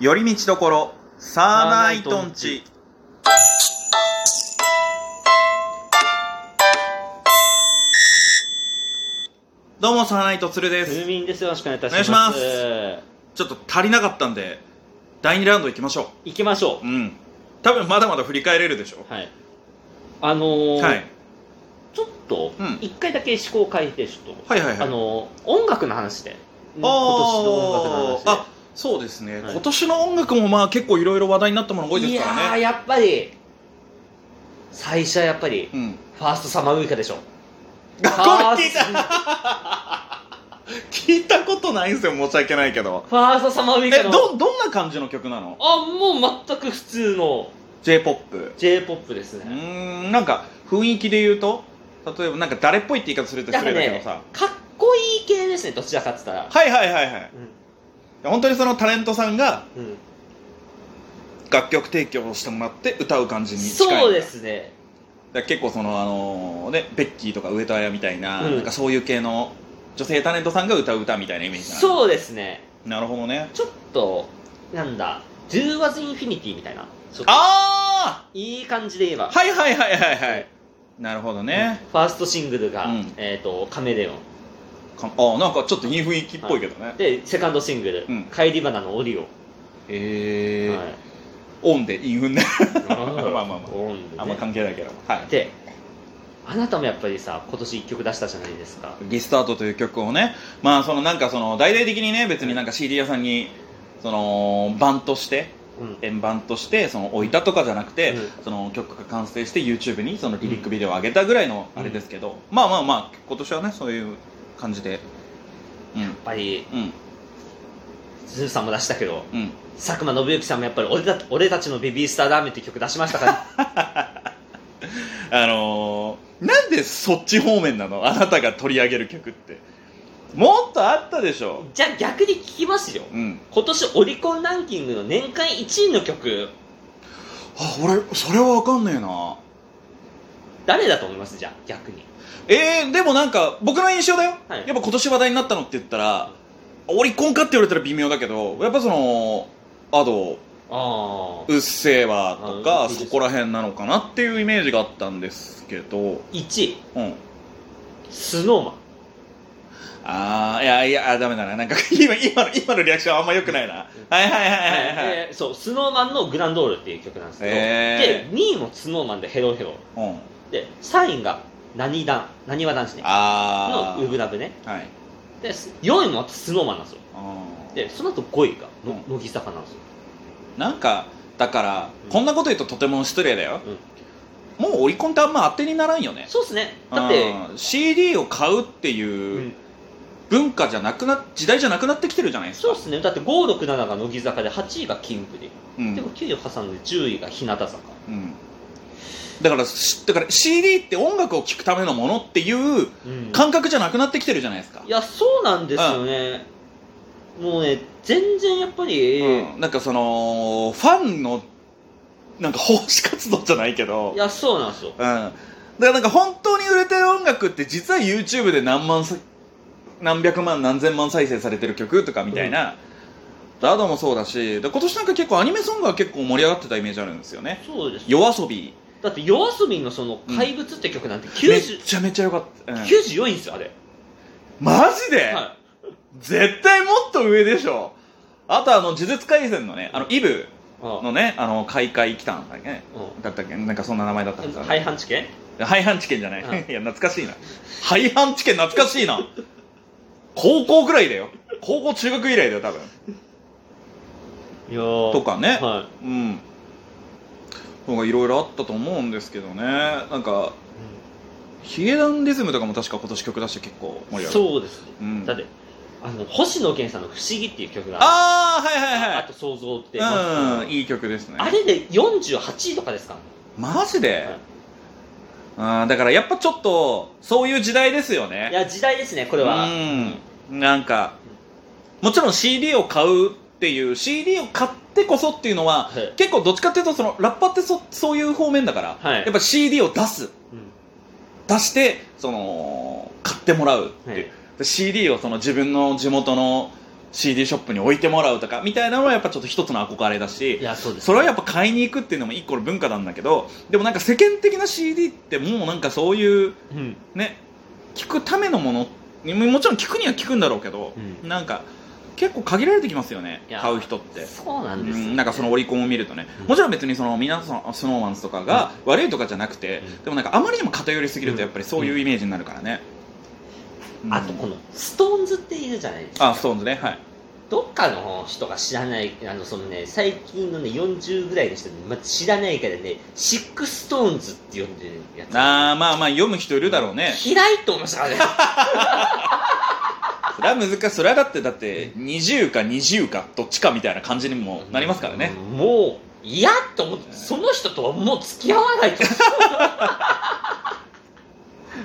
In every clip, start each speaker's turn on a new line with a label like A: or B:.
A: 寄り道どころサーナイトンチどうもサーナイトつるで
B: ふ
A: す
B: うみんですよろしくお願いいたします
A: お願いしちょっと足りなかったんで第2ラウンド行きましょ
B: 行きましょ
A: ううん多分まだまだ振り返れるでしょ
B: うはいあのー
A: はい
B: ちょっと
A: うん
B: 一回だけ思考を変えてちょっと、
A: はいはいは
B: あ
A: い
B: のー音楽の話で今年の音楽の話で
A: あそうですね、
B: はい
A: 今年の音楽もまあ結構いろいろ話題になったもの多いですから
B: やー
A: ね
B: やっぱり最初はやっぱり
A: うん
B: ファーストサマーウイカでしょ
A: 学
B: ファ
A: 校
B: ー
A: で聞いた
B: スト
A: 聞いたことないんですよ申し訳ないけど
B: ファーストサマーウイカ
A: え
B: の
A: どどんな感じの曲なの
B: あもう全く普通の
A: j p o p
B: j p o p です
A: う
B: ね
A: ーんなんか雰囲気で言うと例えばなんか誰っぽいって言い方すると失礼だけどさ、
B: かっこいい系ですねどちらかっつったら
A: はいはいはいはい
B: うん
A: 本当にそのタレントさんが
B: うん
A: 楽曲提供をしてもらって歌う感じに近い
B: そうですね
A: だから結構そのあのねベッキーとか上戸彩みたいな,、
B: うん
A: なんかそういう系の女性タレントさんが歌う歌みたいなイメージなの
B: そうですね
A: なるほどね
B: ちょっとなんだ「10 was Infinity」みたいなちょっと
A: あ
B: いい感じで言えば
A: あはいはいはいはいはいなるほどね、
B: ファーストシングルが「
A: うん
B: えー、とカメレオン
A: かあなんかちょっといい雰囲気っぽいけどね、」
B: でセカンドシングル
A: うん
B: 「帰り花のオリオン」
A: えー
B: はい
A: オンでインフンね
B: ま
A: まあまあまあ
B: オンでね
A: あんま関係ないけどはい
B: であなたもやっぱりさ今年1曲出したじゃないですか
A: リスタートという曲をね、まあそのなんかその大々的にね、別になんか CD 屋さんに、その版として、
B: うん
A: 円盤として、その置いたとかじゃなくて、
B: う
A: その曲が完成して YouTube にそのリリックビデオを上げたぐらいのあれですけど、まあまあまあ、今年はね、そういう感じで、
B: やっぱり
A: うん、うん、
B: ズーさんも出したけど
A: うん。
B: 佐久間信之さんもやっぱり俺た「俺たちのベビースターラーメン」って曲出しましたから
A: あのー、なんでそっち方面なのあなたが取り上げる曲って。もっとあったでしょ。
B: じゃあ逆に聞きますよ
A: うん。
B: 今年オリコンランキングの年間1位の曲
A: あ、俺、それはわかんねえな。
B: 誰だと思いますじゃあ逆に
A: えー、でもなんか僕の印象だよ、
B: はい
A: やっぱ今年話題になったのって言ったらオリコンかって言われたら微妙だけどやっぱそのアド
B: ああ
A: うっせぇわと
B: あ
A: か
B: ーいいです
A: そこら辺なのかなっていうイメージがあったんですけど、
B: 1位
A: うん、
B: スノーマン
A: ああいやいやあーダメだななんか 今今の今のリアクションあんま良くないなはいはいはいはいはい、
B: えーそうスノーマンの「グランドール」っていう曲なんですけど、
A: へー
B: で2位もスノーマンで「ヘロヘロ
A: うん、」
B: で3位がなにだ「なにわ男子ね」
A: あ
B: の「ウブ
A: ー
B: ラブね
A: はい」
B: で4位もスノーマンなんですよ
A: あー
B: でその後5位がの
A: う
B: 乃木坂なんですよ
A: なんかだから、
B: うん
A: こんなこと言うととても失礼だよ、もうオリコンってあんま当てにならんよね
B: そうっすねだって、
A: うん CD を買うって
B: う
A: いうん文化じゃなくな時代じゃなくなってきてるじゃないです
B: そう
A: か
B: っすねだって567が乃木坂で8位がキンプリ、
A: うん
B: でも9位を挟んで10位が日向坂
A: うんだからしだから CD って音楽を聴くためのものっていう
B: うん
A: 感覚じゃなくなってきてるじゃないですか
B: い、やそうなんですよね、もうね全然やっぱり、
A: うん、なんかそのファンのなんか奉仕活動じゃないけど
B: いやそうなんですよ
A: うん、だからなんか本当に売れてる音楽って実は YouTube で何万さ何百万何千万再生されてる曲とかみたいな、アドもそうだしで今年なんか結構アニメソングは結構盛り上がってたイメージあるんですよね
B: そうです
A: 夜遊び
B: だって夜遊びのその「怪物」って曲なんて
A: めっ
B: 90、
A: ちゃめちゃ良かった、うん
B: 94位ですよあれ、
A: マジで、
B: は
A: 絶対もっと上でしょあとあの呪術廻戦のねあのイブ
B: い、
A: のねあの開会期間だっけね
B: う
A: だったっけなんかそんな名前だったんです
B: ん、
A: よ
B: 廃反知見
A: 廃藩置券じゃない。
B: う ん
A: いや、懐かしいな。廃藩置券懐かしいな。高校くらいだよ。高校中学以来だよ、多分。
B: いやー
A: とかね。
B: は
A: うん。なんかいろいろあったと思うんですけどね。なんか、
B: い、
A: ヒゲダンリズムとかも確か今年曲出して結構盛り上がう。
B: そうですね、
A: うん
B: だってあの星野源さんの「不思議」っていう曲が
A: ああ、はいはい
B: あ
A: は
B: と想像って、
A: い。うん、
B: い
A: いい曲ですね。
B: あれで48位とかですか、
A: マジで、
B: はい
A: あーだからやっぱちょっと、そういう時代ですよね。
B: いや時代ですねこれは
A: うんなんかもちろん CD を買うっていう CD を買ってこそっていうのは
B: はい
A: 結構どっちかっていうとそのラッパーってそそういう方面だから、
B: はい
A: やっぱ CD を出す
B: うん
A: 出してその買ってもらうっていう、
B: はい
A: で CD をその自分の地元の CD ショップに置いてもらうとかみたいなのはやっぱちょっと一つの憧れだし
B: いやそうです
A: それはやっぱ買いに行くっていうのも一個の文化なんだけどでもなんか世間的な CD ってもうなんかそういう
B: うん
A: ね聞くためのものももちろん聞くには聞くんだろうけど、
B: う
A: なんか結構限られてきますよね
B: いや
A: 買う人って。
B: そうな
A: うん
B: ですよ
A: ん、なんかそのオリコンを見るとね、
B: うん
A: もちろん別にその皆さんスノーマンズとかが悪いとかじゃなくて、
B: うん
A: でもなんかあまりにも偏りすぎるとやっぱりそういうイメージになるからね、うん
B: あとこのストーンズっているじゃないですか
A: あストーンズねはい
B: どっかの人が知らないあのそのね最近のね40ぐらいの人で、まあ、知らないからねシックストーンズって呼んでるやつ
A: あーまあまあ読む人いるだろうね
B: 嫌いと思いましたからね
A: それは難しいそれはだってだって20か20かどっちかみたいな感じにも なりますからね、
B: もう嫌と思ってその人とはもう付き合わないと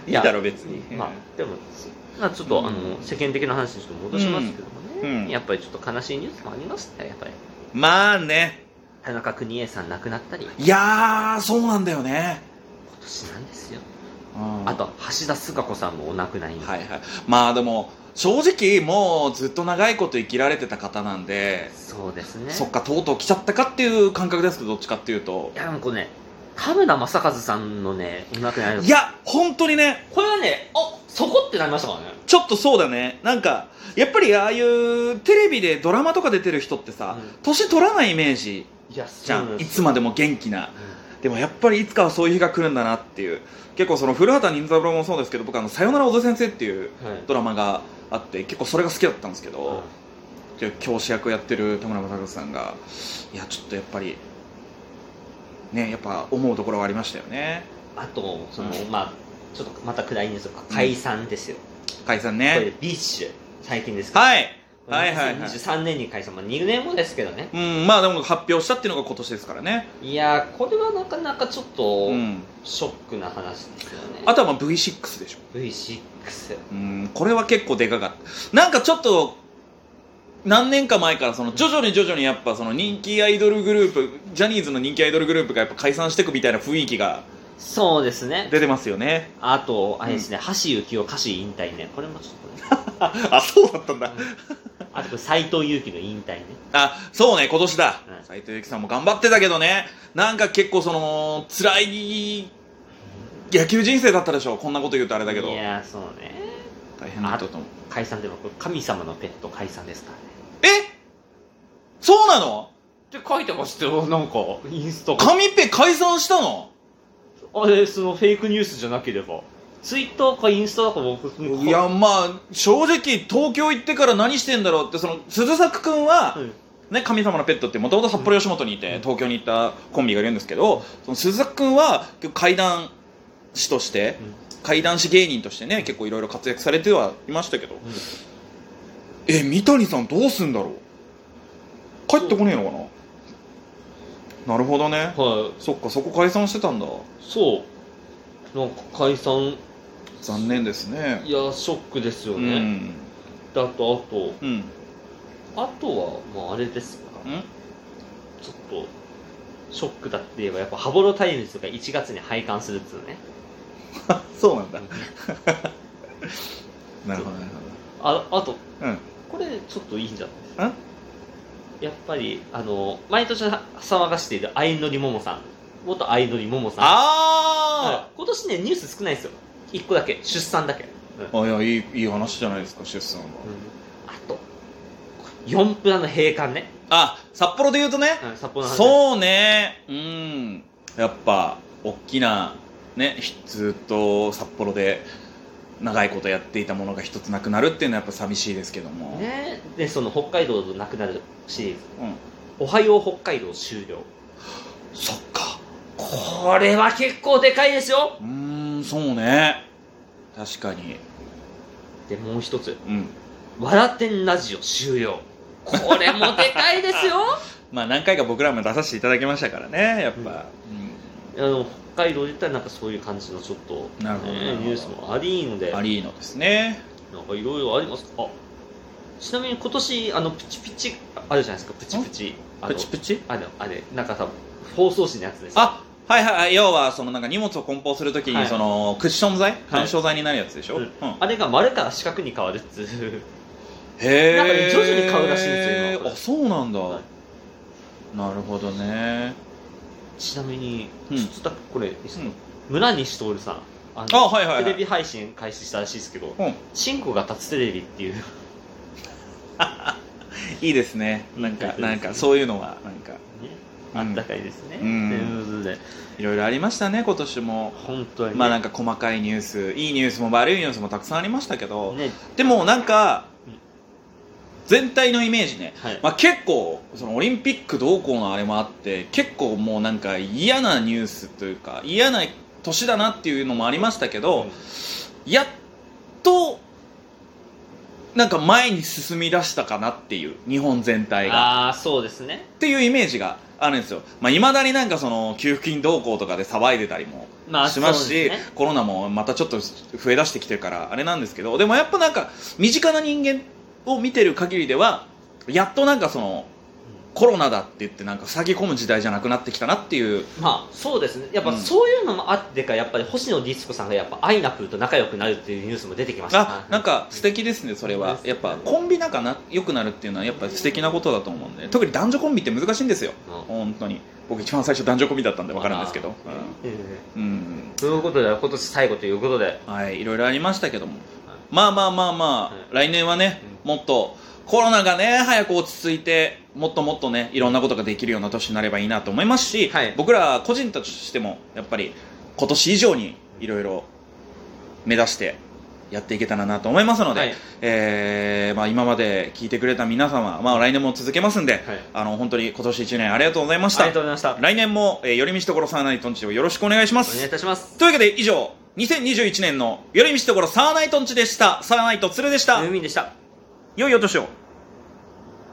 B: い
A: いいだろ別に、
B: まあでもまあちょっと、
A: うん
B: あの世間的な話にちょっと戻しますけどもね、
A: うんうん
B: やっぱりちょっと悲しいニュースもありましたよやっぱり
A: まあね
B: 田中邦衛さん亡くなったり今
A: いやーそうなんだよね、
B: 年なんですよ
A: うん
B: あと橋田壽賀子さんもお亡くなりに、
A: はいはいまあでも正直もうずっと長いこと生きられてた方なんで、
B: そうですね
A: そっかとうとう来ちゃったかっていう感覚ですけどどっちかっていうと
B: いやでもこれね田村正和さんのねお亡くなりの
A: いや本当にね
B: これはねあそこってなりましたからね
A: ちょっとそうだねなんかやっぱりああいうテレビでドラマとか出てる人ってさ、
B: うん
A: 年取らないイメージ
B: いや
A: じゃん、いつ
B: も、
A: までも元気なでもやっぱりいつかはそういう日が来るんだなっていう結構その古畑任三郎もそうですけど僕あの「さよなら小添先生」っていう
B: うんはい
A: ドラマがあって結構それが好きだったんですけ
B: うん
A: ど、で教師役やってる田村正和さんがいやちょっとやっぱりねやっぱ思うところはありましたよね
B: あとその、
A: うん
B: まあちょっとまた暗いニュースとか解散ですよ、
A: 甲斐さん
B: これ
A: ね
B: ビッシュ最近ですか
A: はいはいはいはい
B: 2023年に解散、まあ、2年後ですけどね
A: うんまあでも発表したっていうのが今年ですからね
B: いやーこれはなかなかちょっと
A: うん
B: ショックな話ですよね、
A: あとはまあ V6 でしょ
B: V6
A: うんこれは結構でかかったなんかちょっと何年か前からその徐々に徐々にやっぱその人気アイドルグループジャニーズの人気アイドルグループがやっぱ解散していくみたいな雰囲気が
B: そうですね
A: 出てますよね
B: あとあれですね、橋幸夫歌手引退ねこれもちょっ
A: ああそうだったんだ
B: とね あとこれ斎藤佑樹の引退ね
A: あそうね今年だ
B: うん
A: 斎藤由貴さんも頑張ってたけどねなんか結構その辛い野球人生だったでしょこんなこと言うとあれだけど
B: いやーそうね
A: 大変だったと思う
B: 解散でもこれ神様のペット解散ですからね
A: えそうなの
B: って書いてましたよなんかインスタ
A: 神ペ解散したの
B: あれそのフェイクニュースじゃなければツイッターかインスタだか僕
A: いやまあ正直東京行ってから何してんだろうってその鈴作くんは、
B: うん
A: ね、神様のペットってもともと札幌吉本にいて、
B: うん
A: 東京に行ったコンビがいるんですけどその鈴作くんは結構怪談師として
B: うん
A: 怪談師芸人としてね結構いろいろ活躍されてはいましたけどえ三谷さんどうすんだろう帰ってこねえのかななるほどね
B: はい
A: そっかそこ解散してたんだ
B: そうなんか解散
A: 残念ですね
B: いやショックですよ
A: う
B: ね、
A: ん
B: だとあと
A: うん
B: あとはまああれですか
A: うん
B: ちょっとショックだって言えばやっぱ羽幌タイムズが1月に廃刊するっつうね
A: あそうなんだなるほどなる
B: ああと
A: ほどうん
B: これちょっといいんじゃないですか
A: ん
B: やっぱりあの毎年騒がしている相乗りももさん元相乗りももさんは
A: あ
B: い今年ねニュース少ないですよ1個だけ出産だけ、うん
A: あ、いやいいいい話じゃないですか出産は、
B: あと4プラの閉館ね、
A: あ札幌で言うとね
B: うん、札幌の話
A: そうねうんやっぱ大きなねひずっと札幌で長いことやっていたものが一つなくなるっていうのはやっぱ寂しいですけども、
B: ねでその北海道のなくなるシリーズ
A: うん、
B: 「おはよう北海道」終了
A: そっか
B: これは結構でかいですよ
A: うーんそうね確かに
B: でもう一つ
A: うん
B: 「笑ってんラジオ」終了これもでか いですよ
A: まあ何回か僕らも出させていただきましたからねやっぱ、
B: あの北海道で言ったらなんかそういう感じのちょっと、
A: なるほど
B: ねニュースもありので
A: うん、アリーノですね
B: なんかいろいろありますあちなみに今年あのプチプチあるじゃないですかプチプチあの
A: プチプチ
B: あのあれなんかさ包装紙のやつです
A: あはいはいはい要はそのなんか荷物を梱包するとき
B: は
A: に
B: い
A: そのクッション材緩衝材になるやつでしょ、
B: うん
A: うん
B: あれが丸から四角に変わるっつう
A: へえ
B: なんかね徐々に買うらしいんですよ今これ
A: あそうなんだ、
B: はい
A: なるほどね
B: ちなみに、
A: うん
B: ちょっとだけこれいいですか、
A: うん
B: 村西徹さんあ
A: あはいはいはい
B: テレビ配信開始したらしいですけど
A: うん
B: 「チンコが立つテレ ビ」っていう
A: いいですねなん
B: いい
A: か
B: ですね
A: なんかそういうのはなんか
B: ね、
A: うん
B: あったかいですね。
A: うん
B: ということで、
A: いろいろありましたね今年も
B: 本当にね、
A: まあなんか細かいニュースいいニュースも悪いニュースもたくさんありましたけど、
B: ね、
A: でもなんか
B: うん
A: 全体のイメージね
B: はい、
A: まあ、結構そのオリンピックどうこうのあれもあって結構もうなんか嫌なニュースというか嫌な年だなっていうのもありましたけど、やっとなんか前に進み出したかなっていう日本全体が
B: ああー、そうですね。
A: っていうイメージがあるんですよまあ、未だになんかその給付金どうこうとかで騒いでたりも
B: まあ、
A: します
B: そう
A: し
B: ですね
A: コロナもまたちょっと増えだしてきてるからあれなんですけどでもやっぱなんか身近な人間を見てる限りではやっとなんかそのコロナだって言ってなんかふさぎ込む時代じゃなくなってきたなっていう
B: まあ、そうですね。やっぱ
A: うん
B: そういうのもあってか、やっぱり星野ディスコさんがやっぱアイナプーと仲良くなるっていうニュースも出てきましたね
A: あなんか素敵ですねそれはやっぱコンビ仲な良くなるっていうのはやっぱ素敵なことだと思うんで特に男女コンビって難しいんですよ
B: うん
A: 本当に僕一番最初男女コンビだったんで分かるんですけど
B: うん
A: うん、うん
B: ということで、今年最後ということで、
A: はいいろいろありましたけどもまあまあまあまあ、来年はね
B: うん
A: もっとコロナがね早く落ち着いてもっともっとねいろんなことができるような年になればいいなと思いますし、
B: はい
A: 僕ら個人としてもやっぱり今年以上にいろいろ目指してやっていけたらなと思いますので、
B: はい
A: えーまあ、今まで聞いてくれた皆様、まあ、来年も続けますんで、
B: はい
A: あの本当に今年1年ありがとうございまし
B: あ
A: た
B: りがとうございました。お
A: 来年も、えー、寄り道所サーナイトンチをよろしくお願いします
B: 願いいたします。
A: というわけで以上2021年の寄り道所サーナイトンチでしたサーナイト鶴でした、
B: ムーミンでした。
A: 良いお年を